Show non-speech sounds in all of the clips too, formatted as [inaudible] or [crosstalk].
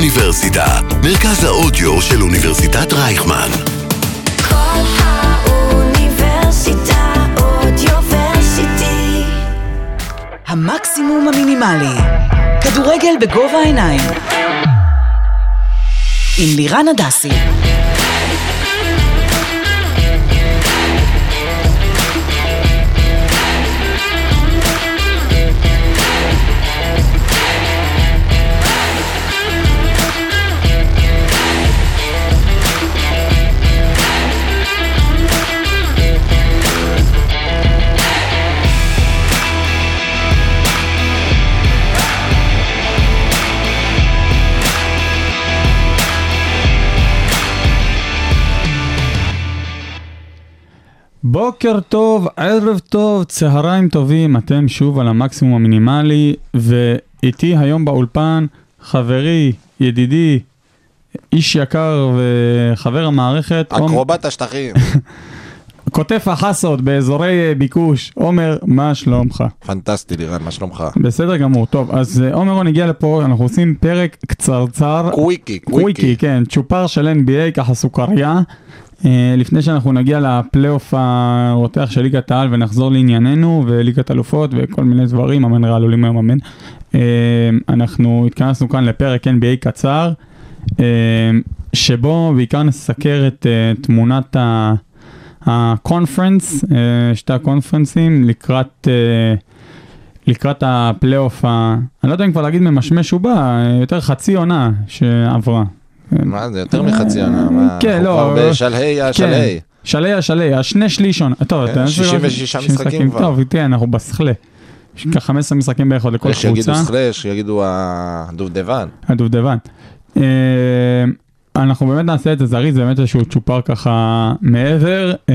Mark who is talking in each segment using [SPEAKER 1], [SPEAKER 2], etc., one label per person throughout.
[SPEAKER 1] האוניברסיטה, מרכז האודיו של אוניברסיטת רייכמן.
[SPEAKER 2] כל האוניברסיטה אודיוורסיטי.
[SPEAKER 3] המקסימום המינימלי. כדורגל בגובה העיניים. עם לירן הדסי.
[SPEAKER 4] בוקר טוב, ערב טוב, צהריים טובים, אתם שוב על המקסימום המינימלי, ואיתי היום באולפן חברי, ידידי, איש יקר וחבר המערכת,
[SPEAKER 5] אקרובט השטחים, [laughs]
[SPEAKER 4] עומ- כותף החסות באזורי אה, ביקוש, עומר, מה שלומך?
[SPEAKER 5] פנטסטי לירן, מה שלומך?
[SPEAKER 4] בסדר גמור, טוב, אז אה, עומר רון הגיע לפה, אנחנו עושים פרק קצרצר.
[SPEAKER 5] קוויקי,
[SPEAKER 4] קוויקי,
[SPEAKER 5] קוויקי.
[SPEAKER 4] כן, צ'ופר של NBA, ככה סוכריה. אה, לפני שאנחנו נגיע לפלייאוף הרותח של ליגת העל ונחזור לענייננו וליגת אלופות וכל מיני דברים, אמן רעל עולים היום אמן. אה, אנחנו התכנסנו כאן לפרק NBA קצר, אה, שבו בעיקר נסקר את אה, תמונת ה- הקונפרנס, אה, שתי הקונפרנסים לקראת... אה, לקראת הפלייאוף, ה... אני לא יודע אם כבר להגיד ממשמש הוא בא, יותר חצי עונה שעברה.
[SPEAKER 5] מה זה, יותר מחצי עונה, מה?
[SPEAKER 4] כן, לא,
[SPEAKER 5] אנחנו
[SPEAKER 4] אבל-
[SPEAKER 5] כבר בשלהי השלהי.
[SPEAKER 4] כן. שלהי השלהי, השני שליש עונה. טוב,
[SPEAKER 5] כן,
[SPEAKER 4] אתה-
[SPEAKER 5] 66
[SPEAKER 4] 60
[SPEAKER 5] משחקים כבר.
[SPEAKER 4] טוב, תראה, אנחנו בסכלה. יש כ- 15 משחקים בערך עוד לכל
[SPEAKER 5] יש שיגידו
[SPEAKER 4] קבוצה,
[SPEAKER 5] סלאש, שיגידו הדובדבן.
[SPEAKER 4] הדובדבן. אה, אנחנו באמת נעשה את זה זריז, זה באמת איזשהו צ'ופר ככה מעבר. אה,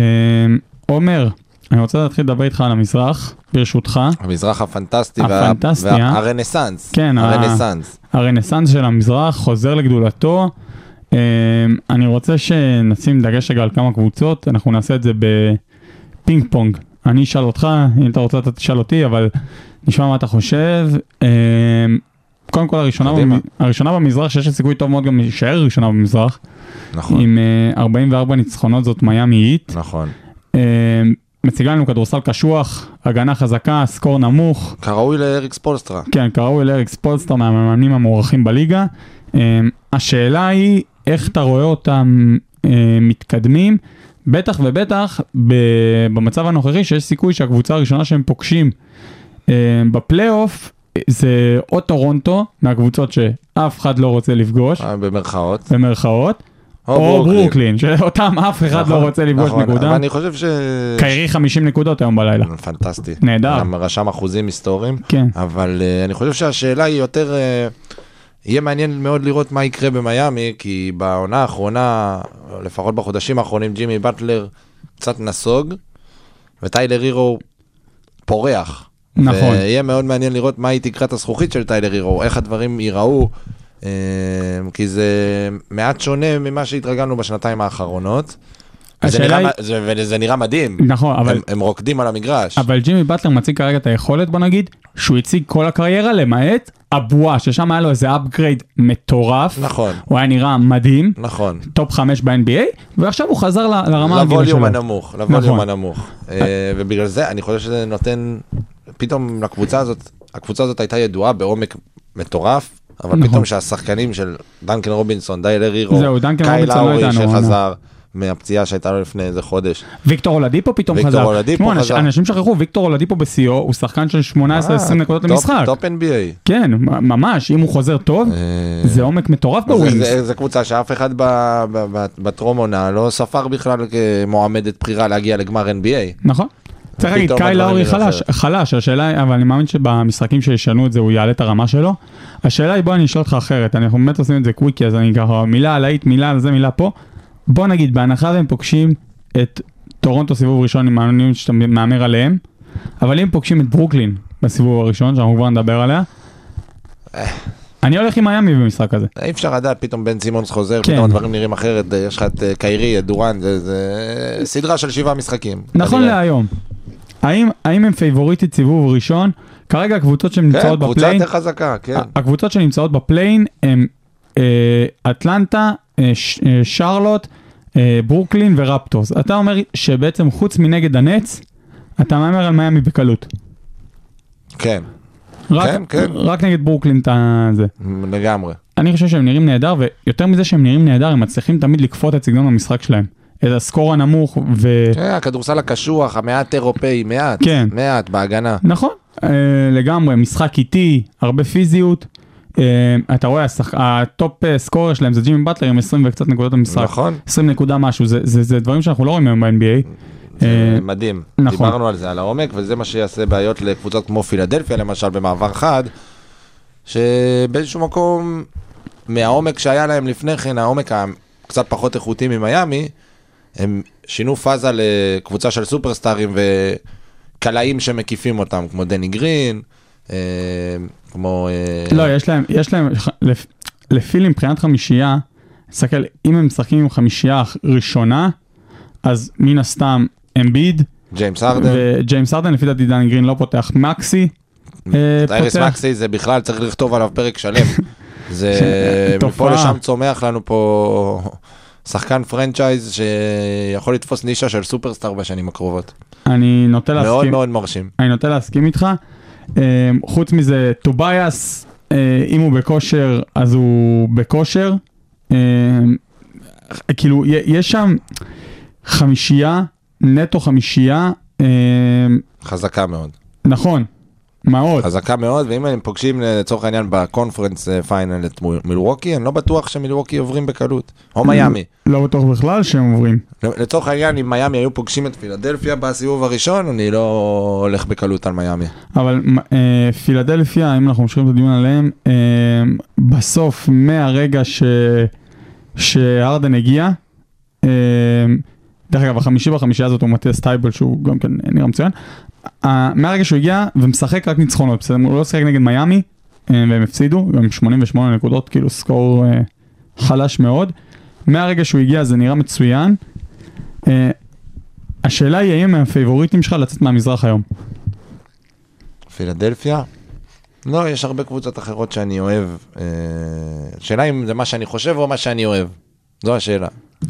[SPEAKER 4] עומר, אני רוצה להתחיל לדבר איתך על המזרח, ברשותך.
[SPEAKER 5] המזרח הפנטסטי
[SPEAKER 4] הפנטסטי, אה?
[SPEAKER 5] והרנסאנס.
[SPEAKER 4] כן, ה-
[SPEAKER 5] הרנסאנס.
[SPEAKER 4] הרנסאנס של המזרח חוזר לגדולתו. אמ, אני רוצה שנשים דגש רגע על כמה קבוצות, אנחנו נעשה את זה בפינג פונג. אני אשאל אותך, אם אתה רוצה אתה תשאל אותי, אבל נשמע מה אתה חושב. אמ, קודם כל הראשונה,
[SPEAKER 5] קדימה.
[SPEAKER 4] במ... הראשונה במזרח, שיש לה סיכוי טוב מאוד גם להישאר ראשונה במזרח,
[SPEAKER 5] נכון,
[SPEAKER 4] עם אה, 44 ניצחונות זאת מיאמי היט.
[SPEAKER 5] נכון.
[SPEAKER 4] אמ, מציגה לנו כדורסל קשוח, הגנה חזקה, סקור נמוך.
[SPEAKER 5] כראוי לאריק ספולסטרה.
[SPEAKER 4] כן, קראו אל אריקס פולסטר מהמאמנים המוערכים בליגה. אמ, השאלה היא, איך אתה רואה אותם אמ, מתקדמים? בטח ובטח ב- במצב הנוכחי שיש סיכוי שהקבוצה הראשונה שהם פוגשים אמ, בפלייאוף אה, זה או טורונטו, מהקבוצות שאף אחד לא רוצה לפגוש,
[SPEAKER 5] אה, במרכאות.
[SPEAKER 4] במרכאות, או ברוקלין, שאותם אף אחד
[SPEAKER 5] נכון,
[SPEAKER 4] לא רוצה לפגוש
[SPEAKER 5] נכון, אבל
[SPEAKER 4] נקודה.
[SPEAKER 5] אני נכון. חושב ש...
[SPEAKER 4] קיירי 50 נקודות היום בלילה.
[SPEAKER 5] פנטסטי.
[SPEAKER 4] נהדר.
[SPEAKER 5] גם רשם אחוזים היסטוריים.
[SPEAKER 4] כן.
[SPEAKER 5] אבל אה, אני חושב שהשאלה היא יותר, אה, יהיה מעניין מאוד לראות מה יקרה במיאמי, כי בעונה האחרונה, לפחות בחודשים האחרונים, ג'ימי באטלר קצת נסוג, וטיילר הירו פורח.
[SPEAKER 4] נכון.
[SPEAKER 5] ויהיה מאוד מעניין לראות מה היא תקרת הזכוכית של טיילר הירו, איך הדברים ייראו, אה, כי זה מעט שונה ממה שהתרגלנו בשנתיים האחרונות. וזה
[SPEAKER 4] השאלה
[SPEAKER 5] נראה,
[SPEAKER 4] היא-
[SPEAKER 5] מ- זה, וזה נראה מדהים,
[SPEAKER 4] נכון, אבל...
[SPEAKER 5] הם, הם רוקדים על המגרש.
[SPEAKER 4] אבל ג'ימי באטלר מציג כרגע את היכולת, בוא נגיד, שהוא הציג כל הקריירה למעט הבועה, ששם היה לו איזה upgrade מטורף.
[SPEAKER 5] נכון.
[SPEAKER 4] הוא היה נראה מדהים,
[SPEAKER 5] נכון.
[SPEAKER 4] טופ 5 ב-NBA, ועכשיו הוא חזר ל- לרמה הרגילה שלו.
[SPEAKER 5] לווליום הנמוך, לווליום
[SPEAKER 4] נכון.
[SPEAKER 5] הנמוך. אה, ובגלל זה אני חושב שזה נותן, פתאום לקבוצה הזאת, הקבוצה הזאת הייתה ידועה בעומק מטורף, אבל
[SPEAKER 4] נכון.
[SPEAKER 5] פתאום שהשחקנים של דנקן רובינסון, דיילר הירו,
[SPEAKER 4] זהו, דנקן
[SPEAKER 5] קייל
[SPEAKER 4] רובינסון לא נכון.
[SPEAKER 5] האורי
[SPEAKER 4] ידענו,
[SPEAKER 5] שחזר מהפציעה שהייתה לו לפני איזה חודש.
[SPEAKER 4] ויקטור אולדיפו פתאום חזר.
[SPEAKER 5] ויקטור אולדיפו
[SPEAKER 4] תשמעו, אנש-
[SPEAKER 5] חזר.
[SPEAKER 4] אנשים שכחו, ויקטור אולדיפו בשיאו, הוא שחקן של 18-20 נקודות
[SPEAKER 5] אה, טופ-
[SPEAKER 4] למשחק.
[SPEAKER 5] טופ NBA.
[SPEAKER 4] כן, מ- ממש, אם הוא חוזר טוב,
[SPEAKER 5] אה,
[SPEAKER 4] זה עומק מטורף
[SPEAKER 5] זה-
[SPEAKER 4] בווינגס.
[SPEAKER 5] זה- זה קבוצה שאף אחד ב- ב- ב- בטרום עונה לא ספר בכלל כמועמדת בחירה להגיע לגמר NBA.
[SPEAKER 4] נכון. צריך להגיד,
[SPEAKER 5] פתאום
[SPEAKER 4] קייל
[SPEAKER 5] הדברים
[SPEAKER 4] לאורי
[SPEAKER 5] נראים
[SPEAKER 4] חלש, חלש, השאלה היא, אבל אני מאמין שבמשחקים שישנו את זה הוא יעלה את הרמה שלו. השאלה היא, בוא אני אשאל אותך אחרת, אנחנו באמת עושים את זה קוויקי, אז אני ככה, מילה על האיט, מילה על זה, מילה פה. בוא נגיד, בהנחה והם פוגשים את טורונטו סיבוב ראשון עם מאמנים שאתה מהמר עליהם, אבל אם פוגשים את ברוקלין בסיבוב הראשון, שאנחנו כבר נדבר עליה, אני הולך עם מיאמי במשחק הזה.
[SPEAKER 5] אי אפשר לדעת, פתאום בן סימונס חוזר,
[SPEAKER 4] כן.
[SPEAKER 5] פתאום הדברים נראים אחרת, יש לך את אה, קיירי, את דורן, זה- זה סדרה של שבעה משחקים.
[SPEAKER 4] נכון
[SPEAKER 5] כנראה.
[SPEAKER 4] להיום. האם, האם הם פייבוריטית סיבוב ראשון? כרגע הקבוצות שנמצאות
[SPEAKER 5] כן, קבוצה
[SPEAKER 4] בפליין, אה.
[SPEAKER 5] יותר חזקה, כן.
[SPEAKER 4] הקבוצות שנמצאות בפליין הן אה, אטלנטה, אה, ש- אה, שרלוט, אה, ברוקלין ורפטורס. אתה אומר שבעצם חוץ מנגד הנץ, אתה מהמר על מיאמי בקלות.
[SPEAKER 5] כן,
[SPEAKER 4] רק,
[SPEAKER 5] כן, כן.
[SPEAKER 4] רק נגד ברוקלין אתה זה.
[SPEAKER 5] לגמרי.
[SPEAKER 4] אני חושב שהם נראים נהדר, ויותר מזה שהם נראים נהדר, הם מצליחים תמיד לכפות את סגנון המשחק שלהם. את הסקור הנמוך, ו...
[SPEAKER 5] כן, הכדורסל הקשוח, המעט אירופאי, מעט,
[SPEAKER 4] כן.
[SPEAKER 5] מעט בהגנה.
[SPEAKER 4] נכון, אה, לגמרי, משחק איטי, הרבה פיזיות. אה, אתה רואה, השח... הטופ אה, סקורר שלהם זה ג'ימי באטלר עם 20 וקצת נקודות במשחק.
[SPEAKER 5] נכון.
[SPEAKER 4] 20 נקודה משהו, זה, זה, זה דברים שאנחנו לא רואים היום ב-NBA. אה,
[SPEAKER 5] זה מדהים.
[SPEAKER 4] נכון.
[SPEAKER 5] דיברנו על זה, על העומק, וזה מה שיעשה בעיות לקבוצות כמו פילדלפיה, למשל, במעבר חד, שבאיזשהו מקום, מהעומק שהיה להם לפני כן, העומק הקצת פחות איכותי ממיאמי, הם שינו פאזה לקבוצה של סופרסטארים וקלעים שמקיפים אותם, כמו דני גרין, אה, כמו... אה,
[SPEAKER 4] לא, יש להם, יש להם, ח- לפ- לפיל מבחינת חמישייה, תסתכל, אם הם משחקים עם חמישייה ראשונה, אז מן הסתם אמביד,
[SPEAKER 5] ג'יימס ארדן.
[SPEAKER 4] וג'יימס ארדן, לפי דעתי דני גרין לא פותח, מקסי אה,
[SPEAKER 5] איירס
[SPEAKER 4] פותח,
[SPEAKER 5] מקסי זה בכלל, צריך לכתוב עליו פרק שלם. זה מפה
[SPEAKER 4] תופעה.
[SPEAKER 5] לשם צומח לנו פה שחקן פרנצ'ייז שיכול לתפוס נישה של סופרסטאר בשנים הקרובות.
[SPEAKER 4] אני נוטה
[SPEAKER 5] מאוד
[SPEAKER 4] להסכים,
[SPEAKER 5] מאוד מרשים.
[SPEAKER 4] אני נוטה להסכים איתך. אה, חוץ מזה, טובייס, אה, אם הוא בכושר, אז הוא בכושר. אה, כאילו, י- יש שם חמישייה, נטו חמישייה, אה,
[SPEAKER 5] חזקה מאוד.
[SPEAKER 4] נכון, מאוד.
[SPEAKER 5] חזקה מאוד, ואם הם פוגשים לצורך העניין בקונפרנס אה, פיינל את מ- מילווקי, אני לא בטוח שמילווקי עוברים בקלות. או מיאמי.
[SPEAKER 4] לא בטוח בכלל שהם עוברים.
[SPEAKER 5] לצורך העניין, אם מיאמי היו פוגשים את פילדלפיה בסיבוב הראשון, אני לא הולך בקלות על מיאמי.
[SPEAKER 4] אבל אה, פילדלפיה, אם אנחנו ממשיכים את הדיון עליהם, אה, בסוף מהרגע ש... שהרדן הגיע, אה, דרך אגב, החמישי בחמישייה הזאת הוא מטיאס טייבל, שהוא גם כן נראה מצוין, אה, מהרגע שהוא הגיע ומשחק רק ניצחונות, בסדר? הוא לא שיחק נגד מיאמי, אה, והם הפסידו, גם 88 נקודות, כאילו סקור אה, חלש מאוד. מהרגע שהוא הגיע זה נראה מצוין. אה, השאלה היא האם הם הפייבוריטים שלך לצאת מהמזרח היום.
[SPEAKER 5] פילדלפיה? לא, יש הרבה קבוצות אחרות שאני אוהב. אה, השאלה אם זה מה שאני חושב או מה שאני אוהב. זו השאלה.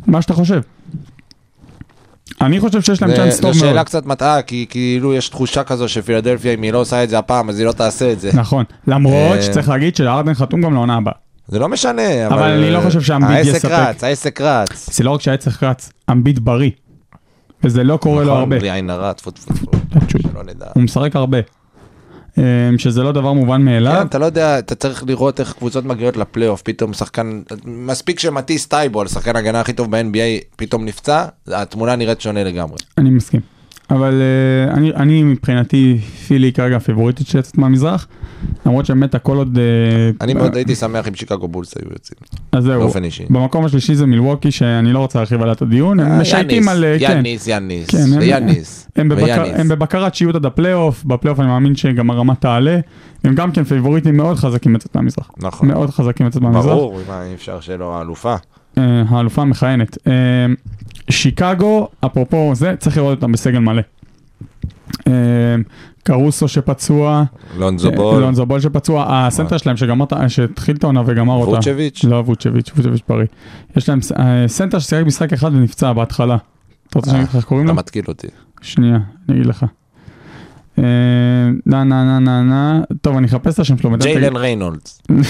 [SPEAKER 4] מה שאתה חושב. אני חושב שיש להם
[SPEAKER 5] זה-
[SPEAKER 4] צ'אנס טוב
[SPEAKER 5] זו שאלה
[SPEAKER 4] מאוד.
[SPEAKER 5] קצת מטעה, כי כאילו יש תחושה כזו שפילדלפיה, אם היא לא עושה את זה הפעם, אז היא לא תעשה את זה.
[SPEAKER 4] נכון, למרות
[SPEAKER 5] אה,
[SPEAKER 4] שצריך להגיד שלארדן חתום גם לעונה הבאה.
[SPEAKER 5] זה לא משנה, אבל... אה,
[SPEAKER 4] אבל אני לא חושב שאמביד
[SPEAKER 5] העסק
[SPEAKER 4] יספק.
[SPEAKER 5] רץ, העסק רץ.
[SPEAKER 4] זה לא רק שהעצח רץ, אמביט בריא. וזה לא קורה לו
[SPEAKER 5] נכון,
[SPEAKER 4] הרבה, אה,
[SPEAKER 5] בלי עין הרע, טפו טפו טפו,
[SPEAKER 4] פשוט.
[SPEAKER 5] שלא נדע.
[SPEAKER 4] הוא משחק הרבה. אמ, שזה לא דבר מובן
[SPEAKER 5] כן,
[SPEAKER 4] מאליו.
[SPEAKER 5] אתה לא יודע, אתה צריך לראות איך קבוצות מגיעות לפלייאוף, פתאום שחקן, מספיק שמטיס טייבול, שחקן הגנה הכי טוב ב-NBA, פתאום נפצע, התמונה נראית שונה לגמרי.
[SPEAKER 4] אני מסכים. אבל אה, אני- אני מבחינתי פילי כרגע הפיבוריטית שיוצאת מהמזרח. למרות שבאמת הכל עוד... אה,
[SPEAKER 5] אני
[SPEAKER 4] ב-
[SPEAKER 5] מאוד הייתי שמח אם שיקגו בולס היו יוצאים,
[SPEAKER 4] אז זהו.
[SPEAKER 5] באופן אישי.
[SPEAKER 4] במקום השלישי זה מילווקי שאני לא רוצה להרחיב עליה את הדיון. הם משייטים על... אה, כן.
[SPEAKER 5] יאניס, יאניס,
[SPEAKER 4] כן, הם-
[SPEAKER 5] ויאניס,
[SPEAKER 4] הם, בבקר,
[SPEAKER 5] ויאניס.
[SPEAKER 4] הם בבקרת שיעוט עד הפלייאוף, בפלייאוף אני מאמין שגם הרמה תעלה. הם גם כן פייבוריטים מאוד חזקים לצאת מהמזרח.
[SPEAKER 5] נכון.
[SPEAKER 4] מאוד חזקים לצאת מהמזרח.
[SPEAKER 5] ברור, מה, אי אפשר שלא, האלופה.
[SPEAKER 4] אה, האלופה המכהנת. אה, שיקגו, אפרופו זה, צריך לראות אותם בסגל מלא. אה, קרוסו שפצוע,
[SPEAKER 5] לונזו
[SPEAKER 4] אה,
[SPEAKER 5] בול,
[SPEAKER 4] לונזו בול שפצוע, הסנטר שלהם שגמר, את ה- שהתחיל את העונה וגמר אותה.
[SPEAKER 5] אה. ווצ'ביץ'.
[SPEAKER 4] לא ווצ'ביץ', ווצ'ביץ' בריא. יש להם ס- אה, סנטר ששיחק משחק אחד ונפצע בהתחלה. אתה רוצה שאני אגיד לך איך קוראים
[SPEAKER 5] אה, אתה
[SPEAKER 4] לו?
[SPEAKER 5] מתקיל אותי.
[SPEAKER 4] שנייה, אני אגיד לך. אה, נה נה נה נה נה, טוב אני אחפש את השם שלו, בינתיים
[SPEAKER 5] ג'יילן ריינולדס.
[SPEAKER 4] תגיד-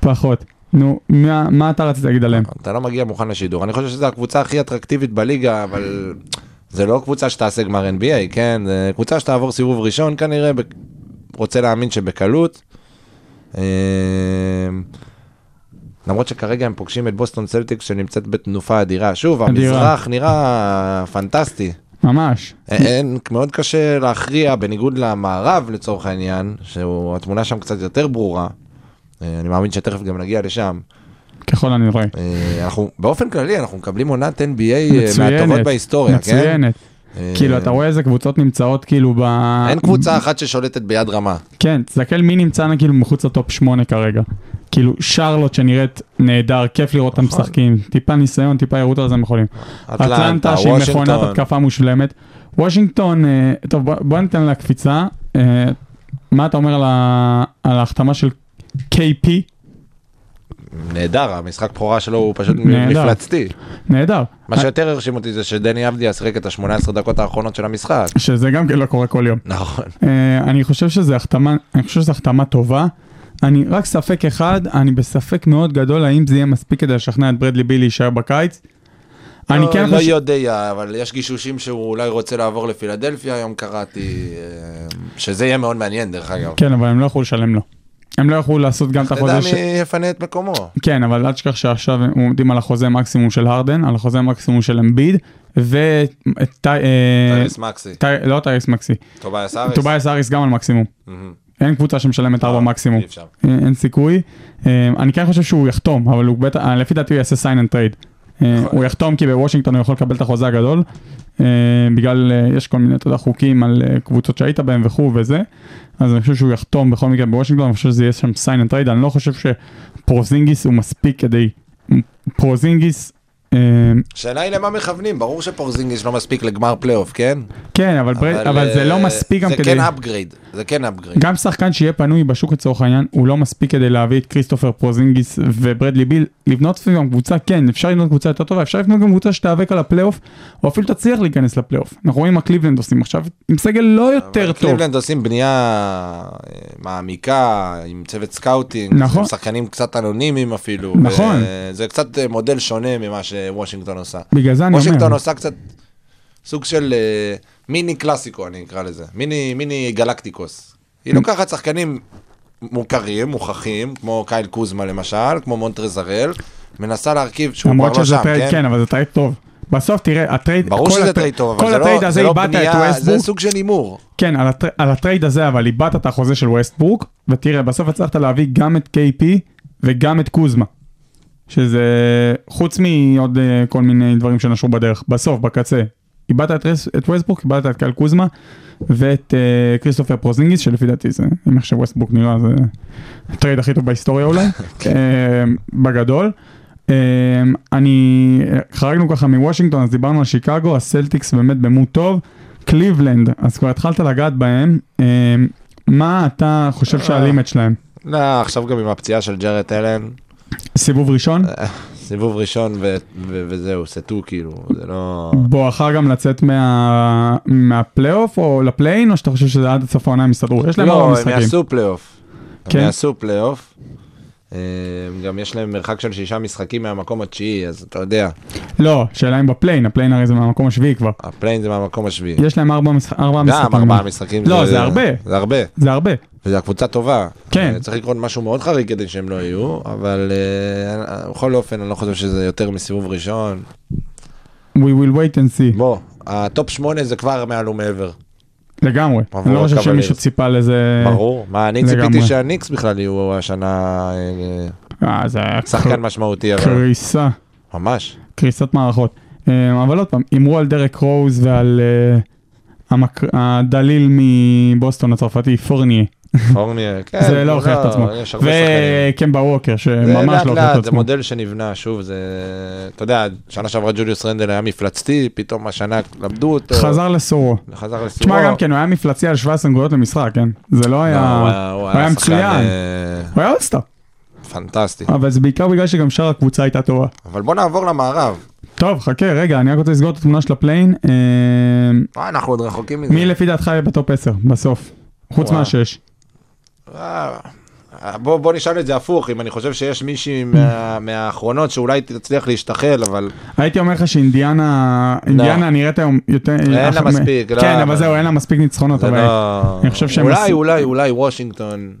[SPEAKER 4] פחות. נו, מה מה אתה רצית להגיד עליהם?
[SPEAKER 5] אתה לא מגיע מוכן לשידור. אני חושב שזו הקבוצה הכי אטרקטיבית בליגה, אבל זה לא קבוצה שתעשה גמר NBA, כן? זה קבוצה שתעבור סיבוב ראשון כנראה, ב- רוצה להאמין שבקלות. אה, למרות שכרגע הם פוגשים את בוסטון סלטיקס שנמצאת בתנופה אדירה. שוב,
[SPEAKER 4] אדירה.
[SPEAKER 5] המזרח נראה פנטסטי.
[SPEAKER 4] ממש.
[SPEAKER 5] אין, מאוד קשה להכריע, בניגוד למערב לצורך העניין, שהתמונה שם קצת יותר ברורה. אה, אני מאמין שתכף גם נגיע לשם.
[SPEAKER 4] ככל הנראה.
[SPEAKER 5] אה, אנחנו, באופן כללי, אנחנו מקבלים עונת NBA אה, מהטובות
[SPEAKER 4] מצוינת.
[SPEAKER 5] בהיסטוריה, כן?
[SPEAKER 4] מצוינת.
[SPEAKER 5] אה,
[SPEAKER 4] כאילו אתה רואה איזה קבוצות נמצאות כאילו ב...
[SPEAKER 5] אין קבוצה אחת ששולטת ביד רמה.
[SPEAKER 4] כן, תסתכל מי נמצא נגיד, כאילו מחוץ לטופ 8 כרגע. כאילו שרלוט שנראית נהדר, כיף לראות אותם משחקים, טיפה ניסיון, טיפה יראו אותה אז הם יכולים.
[SPEAKER 5] נכון. אטלנטה,
[SPEAKER 4] אטלנטה שהיא
[SPEAKER 5] וושינגטון.
[SPEAKER 4] מכונת התקפה מושלמת. וושינגטון, אה, טוב בוא- בוא ניתן לה קפיצה. אה, מה אתה אומר על ה- על ההחתמה של KP?
[SPEAKER 5] נהדר, המשחק בכורה שלו הוא פשוט
[SPEAKER 4] נהדר.
[SPEAKER 5] מפלצתי.
[SPEAKER 4] נהדר. אה,
[SPEAKER 5] מה שיותר הרשים אותי זה שדני אבדיה שיחק את ה-18 דקות האחרונות של המשחק.
[SPEAKER 4] שזה גם כן לא קורה כל יום.
[SPEAKER 5] נכון.
[SPEAKER 4] אה, אני חושב שזה החתמה, אני חושב שזו החתמה טובה. אני רק ספק אחד, אני בספק מאוד גדול האם זה יהיה מספיק כדי לשכנע את ברדלי בי להישאר בקיץ. אני
[SPEAKER 5] לא-
[SPEAKER 4] כן
[SPEAKER 5] לא
[SPEAKER 4] חושב...
[SPEAKER 5] יודע, אבל יש גישושים שהוא אולי רוצה לעבור לפילדלפיה, היום קראתי, אה, שזה יהיה מאוד מעניין דרך אגב.
[SPEAKER 4] כן, אבל הם לא יכולו לשלם לו. הם לא יכולו לעשות גם את
[SPEAKER 5] אתה יודע
[SPEAKER 4] החוזה ש...
[SPEAKER 5] מי יפנה את מקומו.
[SPEAKER 4] כן, אבל אל תשכח שעכשיו הם עומדים על החוזה מקסימום של הרדן, על החוזה מקסימום של אמביד, ו... טי- אה,
[SPEAKER 5] טייס מקסי,
[SPEAKER 4] טי- לא טייס מקסי.
[SPEAKER 5] טובייס אריס.
[SPEAKER 4] טובייס אריס גם על מקסימום.
[SPEAKER 5] מהמם.
[SPEAKER 4] אין קבוצה שמשלמת ארבע מקסימום.
[SPEAKER 5] אי אפשר.
[SPEAKER 4] אה, אין סיכוי. אה, אני כן חושב שהוא יחתום, אבל הוא בטח, אה, לפי דעתי הוא יעשה sign and trade. אה,
[SPEAKER 5] נכון.
[SPEAKER 4] הוא יחתום כי בוושינגטון הוא יכול לקבל את החוזה הגדול, אה, בגלל, אה, יש כל מיני, אתה יודע, חוקים על אה, קבוצות שהיית בהם וכו' וזה, אז אני חושב שהוא יחתום בכל מקרה בוושינגטון, אני חושב שזה יהיה שם sign and trade, אני לא חושב שפרוזינגיס הוא מספיק כדי, פרוזינגיס, אה,
[SPEAKER 5] השאלה היא למה מכוונים, ברור שפורזינגיס לא מספיק לגמר פלייאוף, כן?
[SPEAKER 4] כן, אבל, אבל, אבל זה
[SPEAKER 5] אה,
[SPEAKER 4] לא מספיק גם
[SPEAKER 5] זה
[SPEAKER 4] כדי...
[SPEAKER 5] כן אפגרייד, זה כן אפגרייד.
[SPEAKER 4] גם שחקן שיהיה פנוי בשוק לצורך העניין, הוא לא מספיק כדי להביא את כריסטופר פרוזינגיס וברדלי ביל, לבנות סביבם קבוצה, כן, אפשר לבנות קבוצה יותר טובה, אפשר לבנות גם קבוצה שתיאבק על הפלייאוף, או אפילו תצליח להיכנס לפלייאוף. אנחנו רואים מה קליבלנד עושים עכשיו, עם סגל לא יותר טוב.
[SPEAKER 5] קליבלנד עושים בנייה אה, מעמיקה עם צוות סקאוטינג,
[SPEAKER 4] נכון.
[SPEAKER 5] עם שחקנים קצת אנונימיים אפילו.
[SPEAKER 4] נכון.
[SPEAKER 5] אה, זה קצת אה, מודל שונה ממה שוושינגטון עושה.
[SPEAKER 4] בגלל זה אני
[SPEAKER 5] וושינגטון
[SPEAKER 4] אומר,
[SPEAKER 5] עושה קצת סוג של אה, מיני קלאסיקו אני אקרא לזה, מיני, מיני גלקטיקוס. היא לוקחת שחקנים מוכרים, מוכחים, כמו קייל קוזמה למשל, כמו מונטרזרל, מנסה להרכיב שהוא כבר
[SPEAKER 4] למרות
[SPEAKER 5] לא
[SPEAKER 4] שזה
[SPEAKER 5] שם,
[SPEAKER 4] טרייד, כן, אבל זה טרייד טוב. בסוף תראה, הטרייד,
[SPEAKER 5] ברור
[SPEAKER 4] כל
[SPEAKER 5] שזה
[SPEAKER 4] הטרייד-
[SPEAKER 5] טרייד טוב,
[SPEAKER 4] כל
[SPEAKER 5] אבל זה
[SPEAKER 4] הטרייד
[SPEAKER 5] לא,
[SPEAKER 4] הזה
[SPEAKER 5] זה לא
[SPEAKER 4] איבדת את
[SPEAKER 5] בנייה, זה
[SPEAKER 4] ווסטבורג,
[SPEAKER 5] סוג של הימור.
[SPEAKER 4] כן, על, הטר... על הטרייד הזה, אבל איבדת את החוזה של ווסטבורג, ותראה, בסוף הצלחת להביא גם את KP וגם את קוזמה. שזה חוץ מעוד אה, כל מיני דברים שנשרו בדרך, בסוף, בקצה. איבדת את, רס- את ווסטבורג, איבדת את קל קוזמה ואת אה, כריסטופר פרוזינגיס, שלפי דעתי זה, אם איך שווסטבורג נראה, זה הטרייד הכי טוב בהיסטוריה אולי, אה, בגדול. אה, אני, חרגנו ככה מוושינגטון, אז דיברנו על שיקגו, הסלטיקס באמת במות טוב. קליבלנד, אז כבר התחלת לגעת בהם, אה, מה אתה חושב שהלימט שלהם?
[SPEAKER 5] לא, עכשיו גם עם הפציעה של ג'רד אלן,
[SPEAKER 4] סיבוב ראשון?
[SPEAKER 5] סיבוב ראשון ו- ו- וזהו, סטו כאילו, זה לא...
[SPEAKER 4] בואכה גם לצאת מה... מהפלייאוף או לפליין, או שאתה חושב שזה עד סוף העונה הם יסתדרו? יש להם ארבע
[SPEAKER 5] לא, הם
[SPEAKER 4] משחקים.
[SPEAKER 5] יעשו פלייאוף.
[SPEAKER 4] כן?
[SPEAKER 5] הם יעשו פלייאוף. אה, גם יש להם מרחק של שישה משחקים מהמקום התשיעי, אז אתה יודע,
[SPEAKER 4] לא, שאלה אם בפליין, הפליין הרי זה מהמקום השביעי כבר.
[SPEAKER 5] הפליין זה מהמקום השביעי.
[SPEAKER 4] יש להם ארבע משח- ארבע משחקים.
[SPEAKER 5] גם ארבעה משחקים.
[SPEAKER 4] לא, זה הרבה.
[SPEAKER 5] זה הרבה,
[SPEAKER 4] זה הרבה.
[SPEAKER 5] וזו הקבוצה טובה.
[SPEAKER 4] כן.
[SPEAKER 5] אה, צריך לקרות משהו מאוד חריג כדי שהם לא יהיו, אבל אה, בכל אופן, אני לא חושב שזה יותר מסיבוב ראשון.
[SPEAKER 4] We will wait and see.
[SPEAKER 5] בוא, הטופ שמונה זה כבר מעל ומעבר.
[SPEAKER 4] כן. לגמרי.
[SPEAKER 5] עבור
[SPEAKER 4] אני לא חושב
[SPEAKER 5] הקבלירס.
[SPEAKER 4] שמישהו ציפה לזה...
[SPEAKER 5] ברור. מה, אני
[SPEAKER 4] לגמרי.
[SPEAKER 5] ציפיתי שהניקס בכלל יהיו השנה אה,
[SPEAKER 4] אה, זה היה
[SPEAKER 5] שחקן
[SPEAKER 4] [laughs] קר-
[SPEAKER 5] משמעותי, אבל
[SPEAKER 4] קריסה. [laughs]
[SPEAKER 5] ממש.
[SPEAKER 4] קריסת מערכות. אה, אבל עוד פעם, הימרו על דרק רוז ועל אה, המק... הדליל מבוסטון הצרפתי, פורניה.
[SPEAKER 5] פורניה, כן.
[SPEAKER 4] זה לא הוכיח את עצמו.
[SPEAKER 5] יש הרבה שחקנים.
[SPEAKER 4] וקמבה ווקר,
[SPEAKER 5] זה
[SPEAKER 4] שממש
[SPEAKER 5] לאט
[SPEAKER 4] לא הוכיח את
[SPEAKER 5] לאט, זה
[SPEAKER 4] עצמו.
[SPEAKER 5] מודל שנבנה, שוב, זה... אתה יודע, שנה שעברה ג'וליוס רנדל היה מפלצתי, פתאום השנה למדו אותו.
[SPEAKER 4] חזר לסורו.
[SPEAKER 5] חזר לסיומו.
[SPEAKER 4] תשמע, גם כן, הוא היה מפלצי על 17 נקודות למשחק, כן? זה לא
[SPEAKER 5] לא,
[SPEAKER 4] היה...
[SPEAKER 5] הוא
[SPEAKER 4] הוא היה
[SPEAKER 5] שחקן,
[SPEAKER 4] מצוין.
[SPEAKER 5] אה,
[SPEAKER 4] הוא היה אולסטאר.
[SPEAKER 5] פנטסטי.
[SPEAKER 4] אבל זה בעיקר בגלל שגם שאר הקבוצה הייתה טובה.
[SPEAKER 5] אבל בוא נעבור למערב.
[SPEAKER 4] טוב, חכה, רגע, אני רק רוצה לסגור את התמונה של הפליין. אה,
[SPEAKER 5] אה, אנחנו עוד רחוקים מזה.
[SPEAKER 4] מי לפי דעתך יהיה בטופ 10 בסוף? חוץ
[SPEAKER 5] וואו.
[SPEAKER 4] מהשש.
[SPEAKER 5] אה, בוא בוא נשאל את זה הפוך, אם אני חושב שיש מישהי מה- מהאחרונות שאולי תצליח להשתחל, אבל
[SPEAKER 4] הייתי אומר לך שאינדיאנה אינדיאנה נראית היום יותר...
[SPEAKER 5] לא. לה
[SPEAKER 4] אחת מ-
[SPEAKER 5] מספיק, לא.
[SPEAKER 4] כן, אבל זהו, אין לה מספיק ניצחונות,
[SPEAKER 5] זה
[SPEAKER 4] אבל
[SPEAKER 5] לא...
[SPEAKER 4] אני חושב שהם
[SPEAKER 5] אולי,
[SPEAKER 4] עשו-
[SPEAKER 5] אולי, אולי וושינגטון.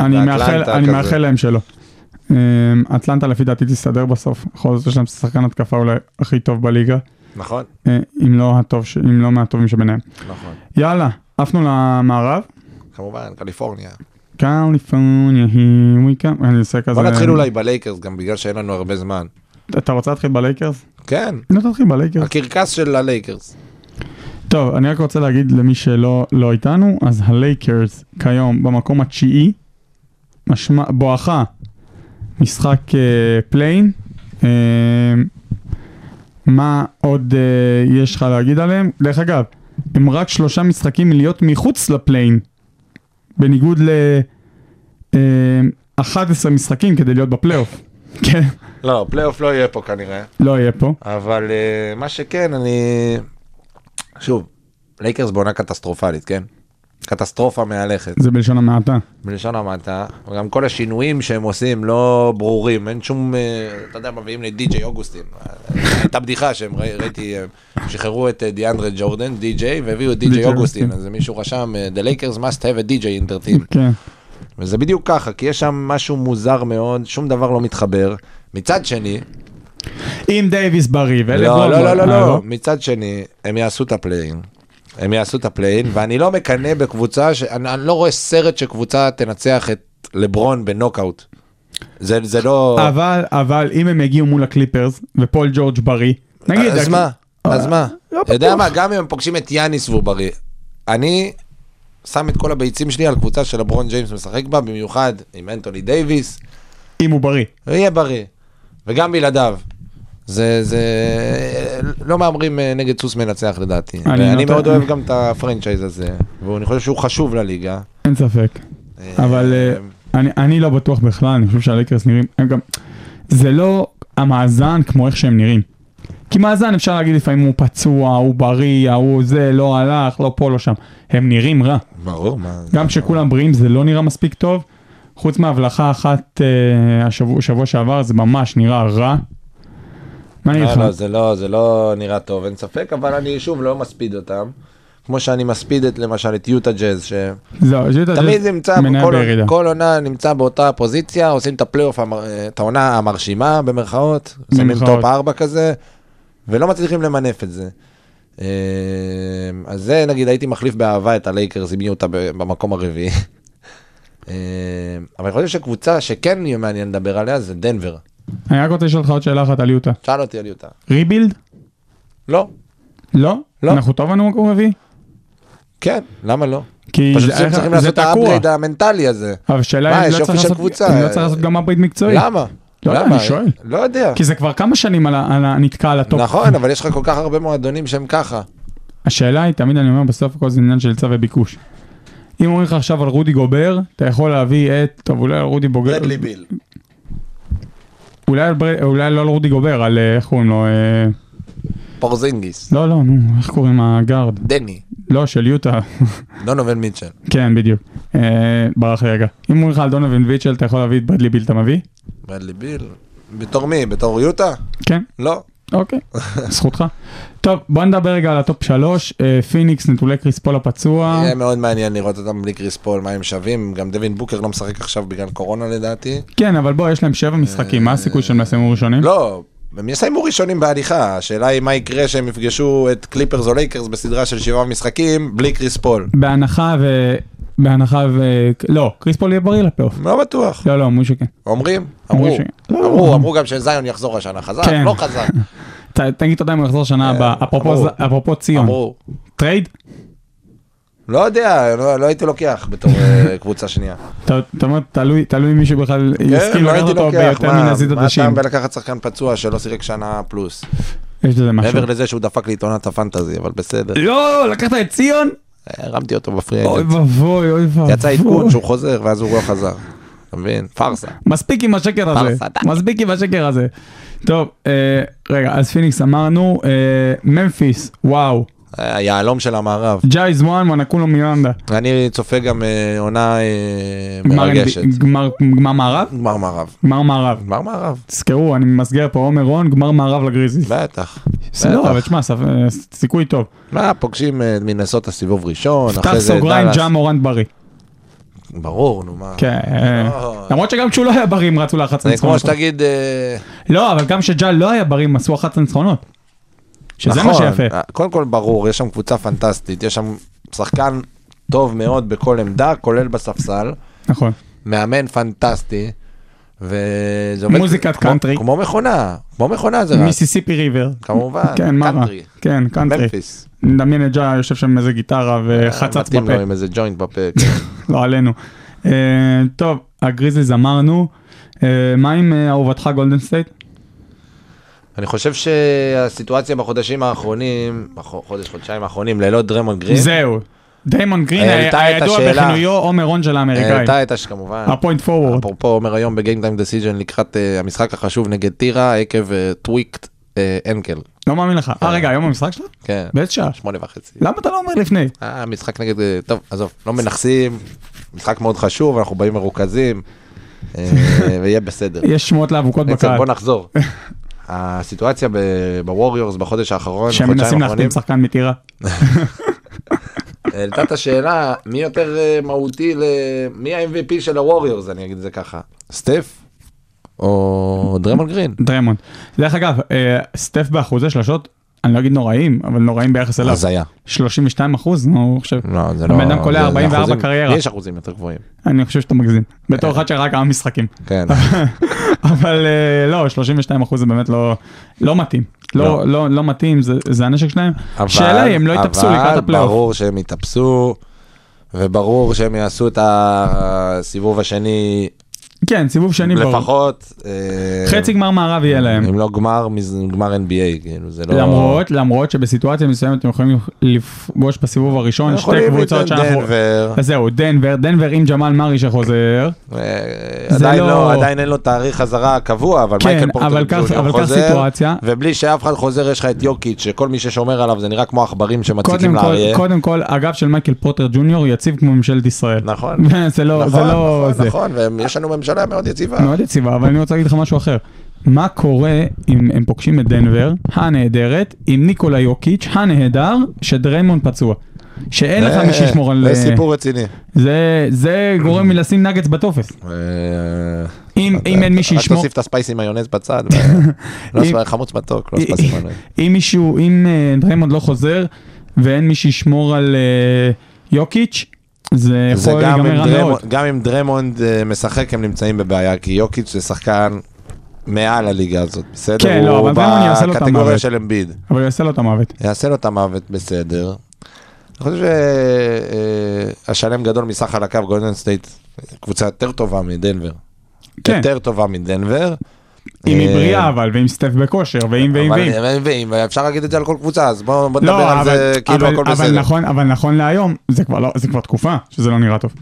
[SPEAKER 4] אני מאחל,
[SPEAKER 5] באטלנטה
[SPEAKER 4] אני
[SPEAKER 5] כזה.
[SPEAKER 4] מאחל להם שלא. אמ, אטלנטה לפי דעתי תסתדר בסוף, בכל זאת יש להם שחקן התקפה אולי הכי טוב בליגה,
[SPEAKER 5] נכון,
[SPEAKER 4] אה, אם לא הטוב, ש- אם לא מהטובים שביניהם.
[SPEAKER 5] נכון.
[SPEAKER 4] יאללה, עפנו למערב,
[SPEAKER 5] כמובן, קליפורניה.
[SPEAKER 4] קליפורניה, here we come, אני עושה כזה...
[SPEAKER 5] בוא נתחיל אולי בלייקרס, גם בגלל שאין לנו הרבה זמן.
[SPEAKER 4] אתה רוצה להתחיל בלייקרס?
[SPEAKER 5] כן,
[SPEAKER 4] לא תתחיל בלייקרס.
[SPEAKER 5] הקרקס של הלייקרס.
[SPEAKER 4] טוב, אני רק רוצה להגיד למי שלא לא איתנו, אז הלייקרס כיום במקום התשיעי, משמע, בואכה משחק אה, פליין. אה, מה עוד אה, יש לך להגיד עליהם? דרך אגב, הם רק שלושה משחקים מלהיות מחוץ לפליין, בניגוד ל... אה, 11 משחקים כדי להיות בפלייאוף. [laughs] כן,
[SPEAKER 5] לא, פלייאוף לא יהיה פה כנראה,
[SPEAKER 4] לא יהיה פה.
[SPEAKER 5] אבל אה, מה שכן, אני... שוב, לייקרס בעונה קטסטרופלית, כן? קטסטרופה מהלכת,
[SPEAKER 4] זה בלשון המעטה.
[SPEAKER 5] בלשון המעטה, וגם כל השינויים שהם עושים לא ברורים, אין שום, אה, אתה יודע, מביאים לי די.ג'יי אוגוסטין. הייתה בדיחה שהם, ראי- ראיתי, הם שחררו את אה, דיאנדרה ג'ורדן, די.ג'יי, והביאו את די.ג'יי
[SPEAKER 4] די.ג'יי
[SPEAKER 5] אוגוסטין,
[SPEAKER 4] אוגוסטין.
[SPEAKER 5] אז מישהו רשם, אה, The Lakers must have a DJ in their team.
[SPEAKER 4] כן.
[SPEAKER 5] וזה בדיוק ככה, כי יש שם משהו מוזר מאוד, שום דבר לא מתחבר. מצד שני,
[SPEAKER 4] אם דייוויס בריא
[SPEAKER 5] לא,
[SPEAKER 4] ואלה
[SPEAKER 5] לא,
[SPEAKER 4] בומבות-
[SPEAKER 5] לא, לא,
[SPEAKER 4] אה,
[SPEAKER 5] לא, מצד שני, הם יעשו את הפליין. הם יעשו את הפליין, ואני לא מקנא בקבוצה, ש... אני, אני לא רואה סרט שקבוצה תנצח את לברון בנוקאוט. זה, זה לא...
[SPEAKER 4] אבל, אבל אם הם יגיעו מול הקליפרס ופול ג'ורג' בריא, נגיד,
[SPEAKER 5] אז
[SPEAKER 4] הק-
[SPEAKER 5] מה? אז מה?
[SPEAKER 4] לא
[SPEAKER 5] אתה יודע
[SPEAKER 4] בטוח.
[SPEAKER 5] מה, גם אם הם פוגשים את יאניס והוא בריא. אני שם את כל הביצים שלי על קבוצה שלברון ג'יימס משחק בה, במיוחד עם אנטוני דייוויס,
[SPEAKER 4] אם הוא בריא.
[SPEAKER 5] ויהיה בריא. וגם בלעדיו. זה, זה, לא מהמרים אה, נגד סוס מנצח לדעתי.
[SPEAKER 4] אני
[SPEAKER 5] אני
[SPEAKER 4] נותן-
[SPEAKER 5] מאוד אוהב גם את הפרנצ'ייז הזה, ואני חושב שהוא חשוב לליגה.
[SPEAKER 4] אין ספק. אבל אה, אני, אני לא בטוח בכלל, אני חושב שהלקרס נראים, הם גם, זה לא המאזן כמו איך שהם נראים. כי מאזן אפשר להגיד לפעמים הוא פצוע, הוא בריא, ההוא זה, לא הלך, לא פה, לא שם. הם נראים רע.
[SPEAKER 5] ברור, מה...
[SPEAKER 4] גם כשכולם בריאים זה לא נראה מספיק טוב. חוץ מהבלחה אחת אה, השבוע, שבוע שעבר זה ממש נראה רע. מה אני אגיד
[SPEAKER 5] לא,
[SPEAKER 4] לך?
[SPEAKER 5] לא, זה לא, זה לא נראה טוב, אין ספק, אבל אני שוב לא מספיד אותם. כמו שאני מספיד את למשל את יוטה ג'אז, שתמיד
[SPEAKER 4] זהו, ג'וטה ג'אז
[SPEAKER 5] נמצא,
[SPEAKER 4] מניה
[SPEAKER 5] כל-
[SPEAKER 4] בירידה.
[SPEAKER 5] כל עונה נמצא באותה פוזיציה, עושים את הפלייאוף, המר- את העונה המרשימה במרכאות, שמים
[SPEAKER 4] במרכאות.
[SPEAKER 5] טופ 4 כזה, ולא מצליחים למנף את זה. אה, אז זה נגיד הייתי מחליף באהבה את הלייקרס עם יוטה ב- במקום הרביעי. [laughs] אה, אבל אני חושב שקבוצה שכן יהיה מעניין לדבר עליה זה דנבר.
[SPEAKER 4] אני רק רוצה לשאול אותך עוד שאלה אחת על יוטה.
[SPEAKER 5] שאל אותי על יוטה.
[SPEAKER 4] ריבילד?
[SPEAKER 5] לא.
[SPEAKER 4] לא?
[SPEAKER 5] לא.
[SPEAKER 4] אנחנו טוב לנו מקום רביעי?
[SPEAKER 5] כן, למה לא?
[SPEAKER 4] כי
[SPEAKER 5] פשוט
[SPEAKER 4] זה-
[SPEAKER 5] הם
[SPEAKER 4] איך-
[SPEAKER 5] צריכים
[SPEAKER 4] אה, זה
[SPEAKER 5] לעשות את
[SPEAKER 4] תקוע.
[SPEAKER 5] האפגריד המנטלי הזה.
[SPEAKER 4] אבל השאלה
[SPEAKER 5] מה,
[SPEAKER 4] אם
[SPEAKER 5] יש
[SPEAKER 4] לא
[SPEAKER 5] יופי
[SPEAKER 4] צריך
[SPEAKER 5] של
[SPEAKER 4] לעשות-
[SPEAKER 5] קבוצה. אה,
[SPEAKER 4] אם לא צריך לעשות גם upgrade מקצועי.
[SPEAKER 5] למה?
[SPEAKER 4] לא יודע,
[SPEAKER 5] למה?
[SPEAKER 4] אני שואל.
[SPEAKER 5] לא יודע.
[SPEAKER 4] כי זה כבר כמה שנים על ה- על ה- נתקע על הטופ.
[SPEAKER 5] נכון, אבל יש לך כל כך הרבה מועדונים שהם ככה.
[SPEAKER 4] השאלה היא, תמיד אני אומר, בסוף הכל זה עניין של היצע וביקוש. אם אומרים לך עכשיו על רודי גובר, אתה יכול להביא את, טוב אולי על רודי בוגר,
[SPEAKER 5] רדלי ביל.
[SPEAKER 4] אולי, על בר... אולי לא על רודי גובר, על אה, איך קוראים לו, אה...
[SPEAKER 5] פורזינגיס.
[SPEAKER 4] לא לא נו, איך קוראים הגארד?
[SPEAKER 5] דני.
[SPEAKER 4] לא, של יוטה,
[SPEAKER 5] דונובל מיטשל.
[SPEAKER 4] כן בדיוק, אה, ברח לי רגע. אם אומרים לך על דונובין ויטשל, אתה יכול להביא את ברדלי ביל, אתה מביא?
[SPEAKER 5] רדלי ביל. בתור מי? בתור יוטה?
[SPEAKER 4] כן,
[SPEAKER 5] לא. [laughs]
[SPEAKER 4] אוקיי, זכותך. טוב, בוא נדבר רגע על הטופ שלוש, אה, פיניקס נטולי קריס פול הפצוע,
[SPEAKER 5] יהיה מאוד מעניין לראות אותם בלי קריס פול, מה הם שווים. גם דווין בוקר לא משחק עכשיו בגלל קורונה לדעתי.
[SPEAKER 4] כן, אבל בוא, יש להם שבע משחקים, מה הסיכוי שהם יסיימו ראשונים?
[SPEAKER 5] לא, הם יסיימו ראשונים בהליכה. השאלה היא מה יקרה שהם יפגשו את קליפרס או לייקרס בסדרה של שבעה משחקים בלי קריס פול.
[SPEAKER 4] בהנחה ו... בהנחה ו... לא, קריס פול יהיה בריא לפלייאוף.
[SPEAKER 5] לא בטוח.
[SPEAKER 4] לא, לא, מישהו כן.
[SPEAKER 5] אומרים?
[SPEAKER 4] אמרו
[SPEAKER 5] אמרו,
[SPEAKER 4] ש- לא,
[SPEAKER 5] אמרו,
[SPEAKER 4] לא.
[SPEAKER 5] אמרו גם שזיון יחזור השנה, חזק,
[SPEAKER 4] כן.
[SPEAKER 5] לא חזק,
[SPEAKER 4] ת- תגיד תודה אם הוא יחזור שנה הבאה. אפרופו
[SPEAKER 5] אה, אמרו.
[SPEAKER 4] ז- אפרופו ציון.
[SPEAKER 5] אמרו.
[SPEAKER 4] טרייד?
[SPEAKER 5] לא יודע, לא לא הייתי לוקח בתור אה, קבוצה שנייה.
[SPEAKER 4] אתה אתה אומר, תלוי תלוי אם מישהו בכלל
[SPEAKER 5] כן,
[SPEAKER 4] יסכים
[SPEAKER 5] לא
[SPEAKER 4] לקחת
[SPEAKER 5] הייתי
[SPEAKER 4] אותו
[SPEAKER 5] לוקח,
[SPEAKER 4] ביותר
[SPEAKER 5] מה
[SPEAKER 4] מנזיד
[SPEAKER 5] מה
[SPEAKER 4] עדשים.
[SPEAKER 5] הטעם בלקחת שחקן פצוע שלא שיחק שנה פלוס?
[SPEAKER 4] יש לזה משהו.
[SPEAKER 5] מעבר לזה שהוא דפק לי את עונת הפנטזי, אבל בסדר.
[SPEAKER 4] לא, לקחת את ציון?
[SPEAKER 5] הרמתי אותו בפרי
[SPEAKER 4] אוי
[SPEAKER 5] אגנט.
[SPEAKER 4] ואבוי, אוי ואבוי.
[SPEAKER 5] יצא עדכון שהוא חוזר, ואז הוא לא חזר. אתה מבין? פארסה.
[SPEAKER 4] מספיק עם השקר הזה.
[SPEAKER 5] פרסה, די.
[SPEAKER 4] מספיק עם השקר הזה. טוב, אה, רגע, אז פיניקס אמרנו, אה, ממפיס, וואו.
[SPEAKER 5] היהלום של המערב.
[SPEAKER 4] ג'ייז וואן, מונקולו מיונדה.
[SPEAKER 5] אני צופה גם אה, עונה אה,
[SPEAKER 4] גמר
[SPEAKER 5] מרגשת.
[SPEAKER 4] NBA גמר גמר מערב?
[SPEAKER 5] גמר מערב.
[SPEAKER 4] גמר מערב.
[SPEAKER 5] גמר מערב.
[SPEAKER 4] תזכרו, אני מסגר פה עומר רון, גמר מערב לגריזיס.
[SPEAKER 5] בטח.
[SPEAKER 4] בסדר,
[SPEAKER 5] בטח.
[SPEAKER 4] אבל תשמע, ספ- אה, סיכוי טוב.
[SPEAKER 5] מה, פוגשים אה, את מנסות הסיבוב ראשון,
[SPEAKER 4] פתח
[SPEAKER 5] אחרי זה
[SPEAKER 4] סוגריים, ג'ה מורנט בריא.
[SPEAKER 5] ברור, נו מה.
[SPEAKER 4] כן. אה,
[SPEAKER 5] לא.
[SPEAKER 4] למרות שגם כשהוא לא היה בריא הם רצו לחץ
[SPEAKER 5] זה כמו
[SPEAKER 4] ניצחונות.
[SPEAKER 5] שתגיד, אה,
[SPEAKER 4] לא, אבל גם כשג'ה לא היה בריא הם עשו אחת הניצחונות. שזה מה
[SPEAKER 5] נכון,
[SPEAKER 4] שיפה.
[SPEAKER 5] אה, קודם כל ברור, יש שם קבוצה פנטסטית, יש שם שחקן טוב מאוד בכל עמדה, כולל בספסל,
[SPEAKER 4] נכון.
[SPEAKER 5] מאמן פנטסטי, וזה עובד
[SPEAKER 4] מוזיקת
[SPEAKER 5] כמו-
[SPEAKER 4] קאנטרי.
[SPEAKER 5] כמו מכונה, כמו מכונה זה רץ,
[SPEAKER 4] מיסיסיפי ריבר.
[SPEAKER 5] כמובן,
[SPEAKER 4] [laughs] כן, מה רע?
[SPEAKER 5] קאנטרי.
[SPEAKER 4] כן, קאנטרי.
[SPEAKER 5] ממפיס. אה,
[SPEAKER 4] נדמיין את ג'ה יושב שם עם איזה גיטרה וחצץ
[SPEAKER 5] מתאים
[SPEAKER 4] בפה.
[SPEAKER 5] לו עם איזה ג'וינט בפה. כן. [laughs]
[SPEAKER 4] לא עלינו. אה, טוב, הגריזליז אמרנו. אה, מה עם אה, אהובתך גולדן סטייט?
[SPEAKER 5] אני חושב שהסיטואציה בחודשים האחרונים, בחודש, חודשיים האחרונים, ללא דרמון גרין,
[SPEAKER 4] זהו. דיימון גרין
[SPEAKER 5] העלתה
[SPEAKER 4] היה
[SPEAKER 5] אה? את
[SPEAKER 4] ידוע
[SPEAKER 5] השאלה.
[SPEAKER 4] בכינויו עומר רון של האמריקאים.
[SPEAKER 5] העלתה את הש... אה, כמובן.
[SPEAKER 4] הפוינט פורוורד.
[SPEAKER 5] אפרופו עומר היום בגיימטיים דסיז'ן לקראת אה, המשחק החשוב נגד טירה עקב אה, טוויקט אה, אנקל.
[SPEAKER 4] לא מאמין לך. אה רגע, היום המשחק שלו?
[SPEAKER 5] כן.
[SPEAKER 4] באיזה שעה?
[SPEAKER 5] שמונה וחצי.
[SPEAKER 4] למה אתה לא אומר לפני?
[SPEAKER 5] אה, משחק נגד, אה, טוב, עזוב, לא מנכסים, משחק מאוד חשוב, אנחנו באים מרוכזים, אה,
[SPEAKER 4] [laughs]
[SPEAKER 5] ויהיה בסדר.
[SPEAKER 4] יש שמועות לאבוקות
[SPEAKER 5] בעצם
[SPEAKER 4] בקהל.
[SPEAKER 5] בוא
[SPEAKER 4] [laughs]
[SPEAKER 5] נחזור. הסיטואציה ב- בווריורס בחודש האחרון,
[SPEAKER 4] שהם
[SPEAKER 5] חודשיים
[SPEAKER 4] מנסים
[SPEAKER 5] האחרונים,
[SPEAKER 4] להחתים שחקן מטירה.
[SPEAKER 5] העלתה את השאלה מי יותר אה, מהותי, ל- מי ה-MVP של הווריורס, אני אגיד את זה ככה. סטף או דרמון
[SPEAKER 4] [laughs]
[SPEAKER 5] גרין?
[SPEAKER 4] דרמונד. דרך אגב, אה, סטף באחוזי שלשות, אני לא אגיד נוראים, אבל נוראים ביחס אליו.
[SPEAKER 5] הזיה.
[SPEAKER 4] 32 אחוז, נו, אני חושב.
[SPEAKER 5] לא, זה לא...
[SPEAKER 4] הבן אדם
[SPEAKER 5] זה-
[SPEAKER 4] קולע
[SPEAKER 5] זה
[SPEAKER 4] 44
[SPEAKER 5] אחוזים-
[SPEAKER 4] קריירה.
[SPEAKER 5] יש אחוזים יותר גבוהים.
[SPEAKER 4] אני חושב שאתה מגזים. בתור אחד שראה כמה משחקים. [laughs]
[SPEAKER 5] כן.
[SPEAKER 4] אבל אה, לא, 32 אחוז זה באמת לא לא מתאים. לא- לא לא מתאים, זה- זה הנשק שלהם.
[SPEAKER 5] אבל-
[SPEAKER 4] שאלה היא, הם לא יתאפסו לקראת
[SPEAKER 5] אבל
[SPEAKER 4] הפלייאוף.
[SPEAKER 5] ברור שהם יתאפסו, וברור שהם יעשו את הסיבוב השני
[SPEAKER 4] כן, סיבוב שני ברור.
[SPEAKER 5] לפחות. אה,
[SPEAKER 4] חצי גמר מערב יהיה להם.
[SPEAKER 5] אם לא גמר, מז- גמר NBA, כאילו, זה לא...
[SPEAKER 4] למרות, למרות שבסיטואציה מסוימת אתם יכולים לפגוש בסיבוב הראשון שתי
[SPEAKER 5] יכולים
[SPEAKER 4] קבוצות
[SPEAKER 5] להתנדנד
[SPEAKER 4] שאנחנו...
[SPEAKER 5] ו-
[SPEAKER 4] אז זהו, דנבר, דנבר עם ג'מאל מארי שחוזר.
[SPEAKER 5] אה,
[SPEAKER 4] זה
[SPEAKER 5] עדיין
[SPEAKER 4] לא-
[SPEAKER 5] לא, עדיין אין לו תאריך חזרה קבוע, אבל
[SPEAKER 4] כן,
[SPEAKER 5] מייקל פורטר
[SPEAKER 4] אבל כך-
[SPEAKER 5] ג'וניור
[SPEAKER 4] אבל כך
[SPEAKER 5] חוזר,
[SPEAKER 4] סיטואציה.
[SPEAKER 5] ובלי שאף אחד חוזר יש לך את יוקיץ', שכל מי ששומר עליו זה נראה כמו עכברים שמציקים
[SPEAKER 4] קודם כל,
[SPEAKER 5] לאריה.
[SPEAKER 4] קודם כל, הגב של מייקל פוטר ג'וניור יציב כמו ממשלת ישראל.
[SPEAKER 5] נכון.
[SPEAKER 4] [laughs] זה לא, זה
[SPEAKER 5] נכון,
[SPEAKER 4] לא
[SPEAKER 5] נכון,
[SPEAKER 4] זה.
[SPEAKER 5] נכון, ויש לנו ממשלה מאוד יציבה.
[SPEAKER 4] מאוד יציבה, אבל אני רוצה להגיד לך משהו אחר. מה קורה אם הם פוגשים את דנבר, הנהדרת, עם ניקולה יוקיץ', הנהדר, שדריימון פצוע. שאין לך מי שישמור על...
[SPEAKER 5] אה,
[SPEAKER 4] אה,
[SPEAKER 5] זה סיפור רציני.
[SPEAKER 4] זה- זה גורם מלשים נגץ בטופס.
[SPEAKER 5] אה,
[SPEAKER 4] אם אם אין מי
[SPEAKER 5] רק
[SPEAKER 4] שישמור...
[SPEAKER 5] תוסיף את הספייסי מיונז בצד.
[SPEAKER 4] [laughs]
[SPEAKER 5] ו- לא
[SPEAKER 4] אם-
[SPEAKER 5] ספייס- חמוץ מתוק, לא ספייסי מיונז.
[SPEAKER 4] אם מישהו, אם אה, דריימונד לא חוזר ואין מי שישמור על אה, יוקיץ', זה
[SPEAKER 5] זה
[SPEAKER 4] יכול
[SPEAKER 5] גם
[SPEAKER 4] להיגמר
[SPEAKER 5] אם
[SPEAKER 4] רע מאוד.
[SPEAKER 5] דרמונד- גם אם דרמונד אה, משחק הם נמצאים בבעיה, כי יוקיץ' זה שחקן מעל הליגה הזאת, בסדר?
[SPEAKER 4] כן, לא,
[SPEAKER 5] הוא
[SPEAKER 4] אבל דרמונד יעשה לו את
[SPEAKER 5] בקטגוריה
[SPEAKER 4] המוות.
[SPEAKER 5] של אמביד.
[SPEAKER 4] אבל הוא יעשה לו את המוות.
[SPEAKER 5] יעשה לו את המוות בסדר. אני חושב שהשלם גדול מסך על הקו, גולדן סטייט, קבוצה יותר טובה מדנבר.
[SPEAKER 4] כן.
[SPEAKER 5] יותר טובה מדנבר.
[SPEAKER 4] אם היא
[SPEAKER 5] אה,
[SPEAKER 4] בריאה אבל, ועם סטף בכושר, ואם ואם
[SPEAKER 5] אבל-
[SPEAKER 4] ואם.
[SPEAKER 5] ואם, אפשר להגיד את זה על כל קבוצה, אז בואו בואו נדבר
[SPEAKER 4] לא,
[SPEAKER 5] על
[SPEAKER 4] אבל,
[SPEAKER 5] זה כאילו
[SPEAKER 4] אבל,
[SPEAKER 5] הכל
[SPEAKER 4] אבל
[SPEAKER 5] בסדר.
[SPEAKER 4] נכון, אבל נכון להיום, זה כבר לא, זה כבר תקופה שזה לא נראה טוב.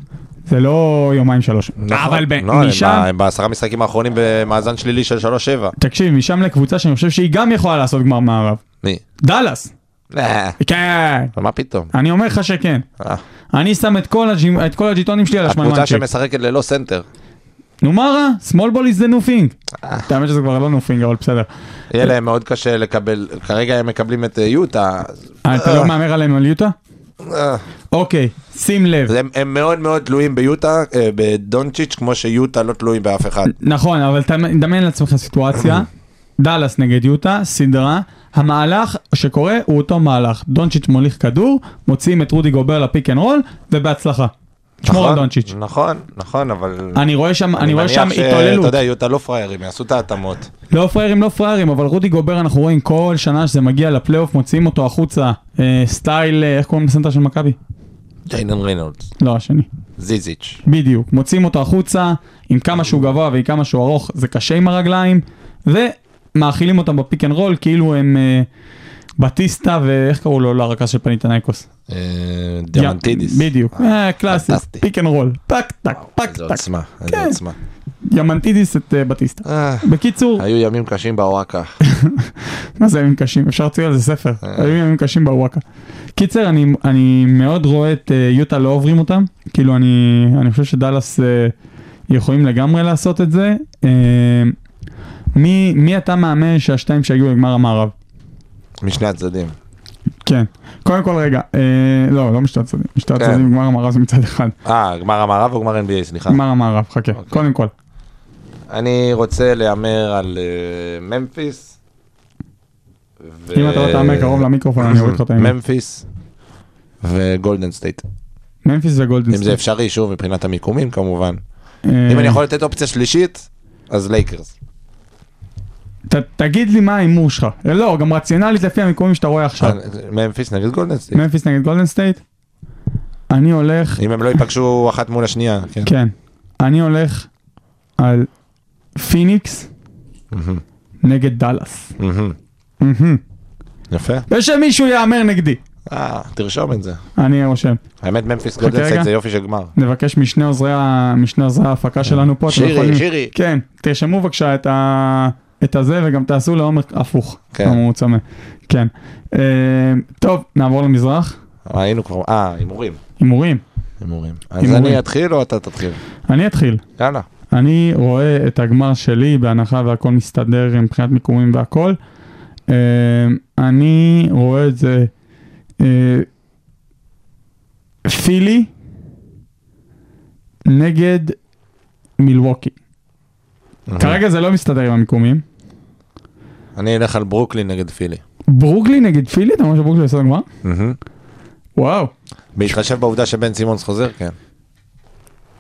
[SPEAKER 4] זה לא יומיים שלוש.
[SPEAKER 5] נכון.
[SPEAKER 4] אבל ב-
[SPEAKER 5] לא, הם
[SPEAKER 4] משם,
[SPEAKER 5] ב- הם בעשרה משחקים האחרונים במאזן שלילי של 3-7.
[SPEAKER 4] תקשיב, משם לקבוצה שאני חושב שהיא גם יכולה לעשות גמר מערב.
[SPEAKER 5] מי?
[SPEAKER 4] דאלאס.
[SPEAKER 5] לא,
[SPEAKER 4] כן.
[SPEAKER 5] אבל מה פתאום?
[SPEAKER 4] אני אומר לך שכן.
[SPEAKER 5] אה,
[SPEAKER 4] אני שם את כל הג'י- את כל הג'יטונים שלי על
[SPEAKER 5] הקבוצה
[SPEAKER 4] השמנמנצ'יק.
[SPEAKER 5] שמשחקת ללא סנטר.
[SPEAKER 4] נו מה רע? small ball is the new thing.
[SPEAKER 5] אה.
[SPEAKER 4] את האמת שזה כבר לא new thing אבל בסדר.
[SPEAKER 5] יהיה להם מאוד קשה לקבל, כרגע הם מקבלים את אה, יוטה. אז-
[SPEAKER 4] אה, אתה לא מהמר עליהם על יוטה?
[SPEAKER 5] אה.
[SPEAKER 4] אוקיי, שים לב.
[SPEAKER 5] אז הם, הם מאוד מאוד תלויים ביוטה, אה, בדונצ'יץ', כמו שיוטה לא תלויים באף אחד.
[SPEAKER 4] נכון, אבל תמ- דמיין לעצמך סיטואציה,
[SPEAKER 5] [coughs]
[SPEAKER 4] דאלאס נגד יוטה, סדרה, המהלך שקורה הוא אותו מהלך, דונצ'יץ' מוליך כדור, מוציאים את רודי גובר לפיק אנד רול, ובהצלחה. שמור על
[SPEAKER 5] נכון,
[SPEAKER 4] דונצ'יץ'.
[SPEAKER 5] נכון, נכון, אבל...
[SPEAKER 4] אני רואה שם, אני רואה שם
[SPEAKER 5] מניח ש- אתה
[SPEAKER 4] התעוללות,
[SPEAKER 5] יודע, יוטה לא פראיירים, יעשו את ההתאמות.
[SPEAKER 4] לא פראיירים לא פראיירים, אבל רודי גובר אנחנו רואים כל שנה שזה מגיע לפלייאוף, מוציאים אותו החוצה, אה, סטייל, אה, איך קוראים לסנטר של מכבי?
[SPEAKER 5] ג'יינן ריינולדס,
[SPEAKER 4] לא, השני.
[SPEAKER 5] זיזיץ'.
[SPEAKER 4] בדיוק, מוציאים אותו החוצה, עם כמה שהוא גבוה ועם כמה שהוא ארוך, זה קשה עם הרגליים, ומאכילים אותם בפיק אנד רול, כאילו הם אה, בטיסטה ואיך קראו לו לרכז של פניטנייקוס?
[SPEAKER 5] אה, דיאמנטידיס.
[SPEAKER 4] בדיוק, אה, קלאסי,
[SPEAKER 5] פנטסטי.
[SPEAKER 4] פיק אנד רול, טק טק טק
[SPEAKER 5] איזה
[SPEAKER 4] טק,
[SPEAKER 5] עוצמה, איזה
[SPEAKER 4] כן.
[SPEAKER 5] עוצמה.
[SPEAKER 4] דיאמנטידיס את אה, בטיסטה.
[SPEAKER 5] אה,
[SPEAKER 4] בקיצור,
[SPEAKER 5] היו ימים קשים בוואקה.
[SPEAKER 4] מה זה ימים קשים? אפשר להוציא על זה ספר,
[SPEAKER 5] אה.
[SPEAKER 4] היו ימים קשים בוואקה. קיצר, אני, אני מאוד רואה את אה, יוטה לא עוברים אותם, כאילו אני, אני חושב שדאלאס אה, יכולים לגמרי לעשות את זה. אה, מי, מי אתה מהמר שהשתיים שיגיעו לגמר המערב?
[SPEAKER 5] משני הצדדים.
[SPEAKER 4] כן. קודם כל רגע, אה, לא, לא משתי הצדדים, משתי
[SPEAKER 5] כן.
[SPEAKER 4] הצדדים, גמר המערב זה מצד אחד.
[SPEAKER 5] אה, גמר המערב או גמר NBA, סליחה.
[SPEAKER 4] גמר המערב, חכה,
[SPEAKER 5] אוקיי.
[SPEAKER 4] קודם כל.
[SPEAKER 5] אה, אני רוצה להמר על אה, ממפיס. ו-
[SPEAKER 4] אם אתה לא תהמר קרוב למיקרופון, אני אוריד לך את האמת.
[SPEAKER 5] ממפיס וגולדן סטייט.
[SPEAKER 4] ממפיס וגולדן
[SPEAKER 5] אם זה
[SPEAKER 4] סטייט.
[SPEAKER 5] אפשרי, שוב, מבחינת המיקומים כמובן.
[SPEAKER 4] אה,
[SPEAKER 5] אם אני יכול לתת אופציה שלישית, אז לייקרס.
[SPEAKER 4] ת- תגיד לי מה ההימור שלך. אה, לא, גם רציונלית לפי המיקומים שאתה רואה עכשיו.
[SPEAKER 5] אה, ממפיס נגד גולדן סטייט.
[SPEAKER 4] ממפיס נגד גולדן סטייט. אני הולך,
[SPEAKER 5] אם הם לא ייפגשו אחת מול השנייה, כן.
[SPEAKER 4] כן, אני הולך על פיניקס נגד דאלאס.
[SPEAKER 5] מהמם. יפה.
[SPEAKER 4] ושמישהו יהמר נגדי.
[SPEAKER 5] אה, תרשום את זה.
[SPEAKER 4] אני רושם.
[SPEAKER 5] האמת, ממפיס
[SPEAKER 4] חכה רגע.
[SPEAKER 5] גולדנסייד זה יופי של גמר.
[SPEAKER 4] נבקש משני עוזרי, ה- משני עוזרי ההפקה שלנו פה. אתם
[SPEAKER 5] שירי,
[SPEAKER 4] יכולים-
[SPEAKER 5] שירי.
[SPEAKER 4] כן, תרשמו בבקשה את, ה... את הזה וגם תעשו לעומק הפוך.
[SPEAKER 5] כן.
[SPEAKER 4] כן. הוא צמא. כן. אה, טוב, נעבור למזרח.
[SPEAKER 5] אבל היינו כבר, אה, הימורים.
[SPEAKER 4] הימורים.
[SPEAKER 5] הימורים. אז
[SPEAKER 4] הימורים.
[SPEAKER 5] אני אתחיל או אתה תתחיל?
[SPEAKER 4] אני אתחיל.
[SPEAKER 5] יאללה.
[SPEAKER 4] אני רואה את הגמר שלי בהנחה והכל מסתדר מבחינת מיקומים והכל. אה, אני רואה את זה אה, פילי נגד מילווקי.
[SPEAKER 5] אוקיי.
[SPEAKER 4] כרגע זה לא מסתדר עם המיקומים.
[SPEAKER 5] אני אלך על ברוקלין נגד פילי.
[SPEAKER 4] ברוגלי נגד פילי? אתה אומר שברוגלי עושה גמר? וואו.
[SPEAKER 5] בהתחשב בעובדה שבן סימונס חוזר, כן.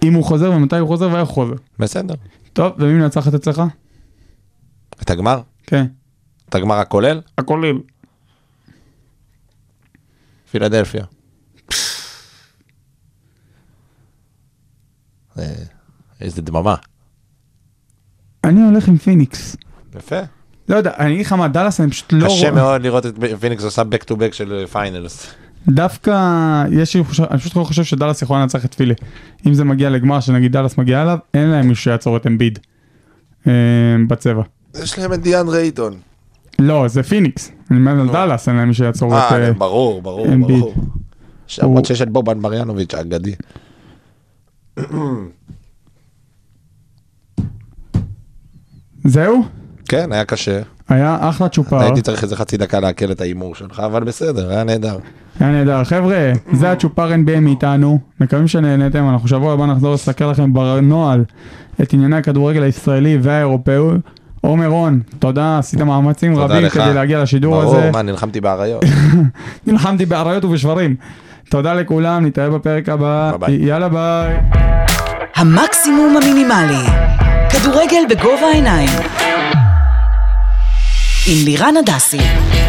[SPEAKER 4] אם הוא חוזר ומתי הוא חוזר ואיך הוא חוזר.
[SPEAKER 5] בסדר.
[SPEAKER 4] טוב, ומי מנצחת אצלך?
[SPEAKER 5] את הגמר?
[SPEAKER 4] כן.
[SPEAKER 5] את הגמר הכולל?
[SPEAKER 4] הכולל.
[SPEAKER 5] פילדלפיה. אה, איזה דממה.
[SPEAKER 4] אני הולך עם פיניקס.
[SPEAKER 5] יפה.
[SPEAKER 4] לא יודע, אני אגיד לך מה, דאלאס אני פשוט לא
[SPEAKER 5] קשה
[SPEAKER 4] רואה.
[SPEAKER 5] מאוד לראות את פיניקס עושה back to back של אה, פיינלס.
[SPEAKER 4] דווקא, יש לי חושב, אני פשוט לא חושב שדאלאס יכולה לנצח את פילי. אם זה מגיע לגמר שנגיד דאלאס מגיע אליו, אין להם מישהו שיעצור את אמביד. אה, בצבע.
[SPEAKER 5] יש להם את דיאן רייטון.
[SPEAKER 4] לא, זה פיניקס. אני אומר על דאלאס, אין להם מישהו שיעצור את... אה,
[SPEAKER 5] לא. אה, ברור, ברור,
[SPEAKER 4] אמביד.
[SPEAKER 5] ברור. למרות שיש את בובן מריאנוביץ' האגדי.
[SPEAKER 4] זהו?
[SPEAKER 5] כן, היה קשה.
[SPEAKER 4] היה אחלה צ'ופר.
[SPEAKER 5] הייתי צריך איזה חצי דקה לעכל את ההימור שלך, אבל בסדר, היה נהדר.
[SPEAKER 4] היה נהדר. חבר'ה, זה הצ'ופר NBA מאיתנו, מקווים שנהנתם, אנחנו שבוע הבא נחזור לסקר לכם בנוהל את ענייני הכדורגל הישראלי והאירופאי. עומר רון, תודה, עשית מאמצים
[SPEAKER 5] תודה
[SPEAKER 4] רבים
[SPEAKER 5] לך.
[SPEAKER 4] כדי להגיע לשידור הזה.
[SPEAKER 5] ברור, מה, נלחמתי באריות.
[SPEAKER 4] נלחמתי באריות ובשברים. תודה לכולם, נתראה בפרק הבא.
[SPEAKER 5] ביי ביי.
[SPEAKER 4] יאללה ביי.
[SPEAKER 3] המקסימום המינימלי. כדורגל בגובה העיניים. עם לירן הדסי.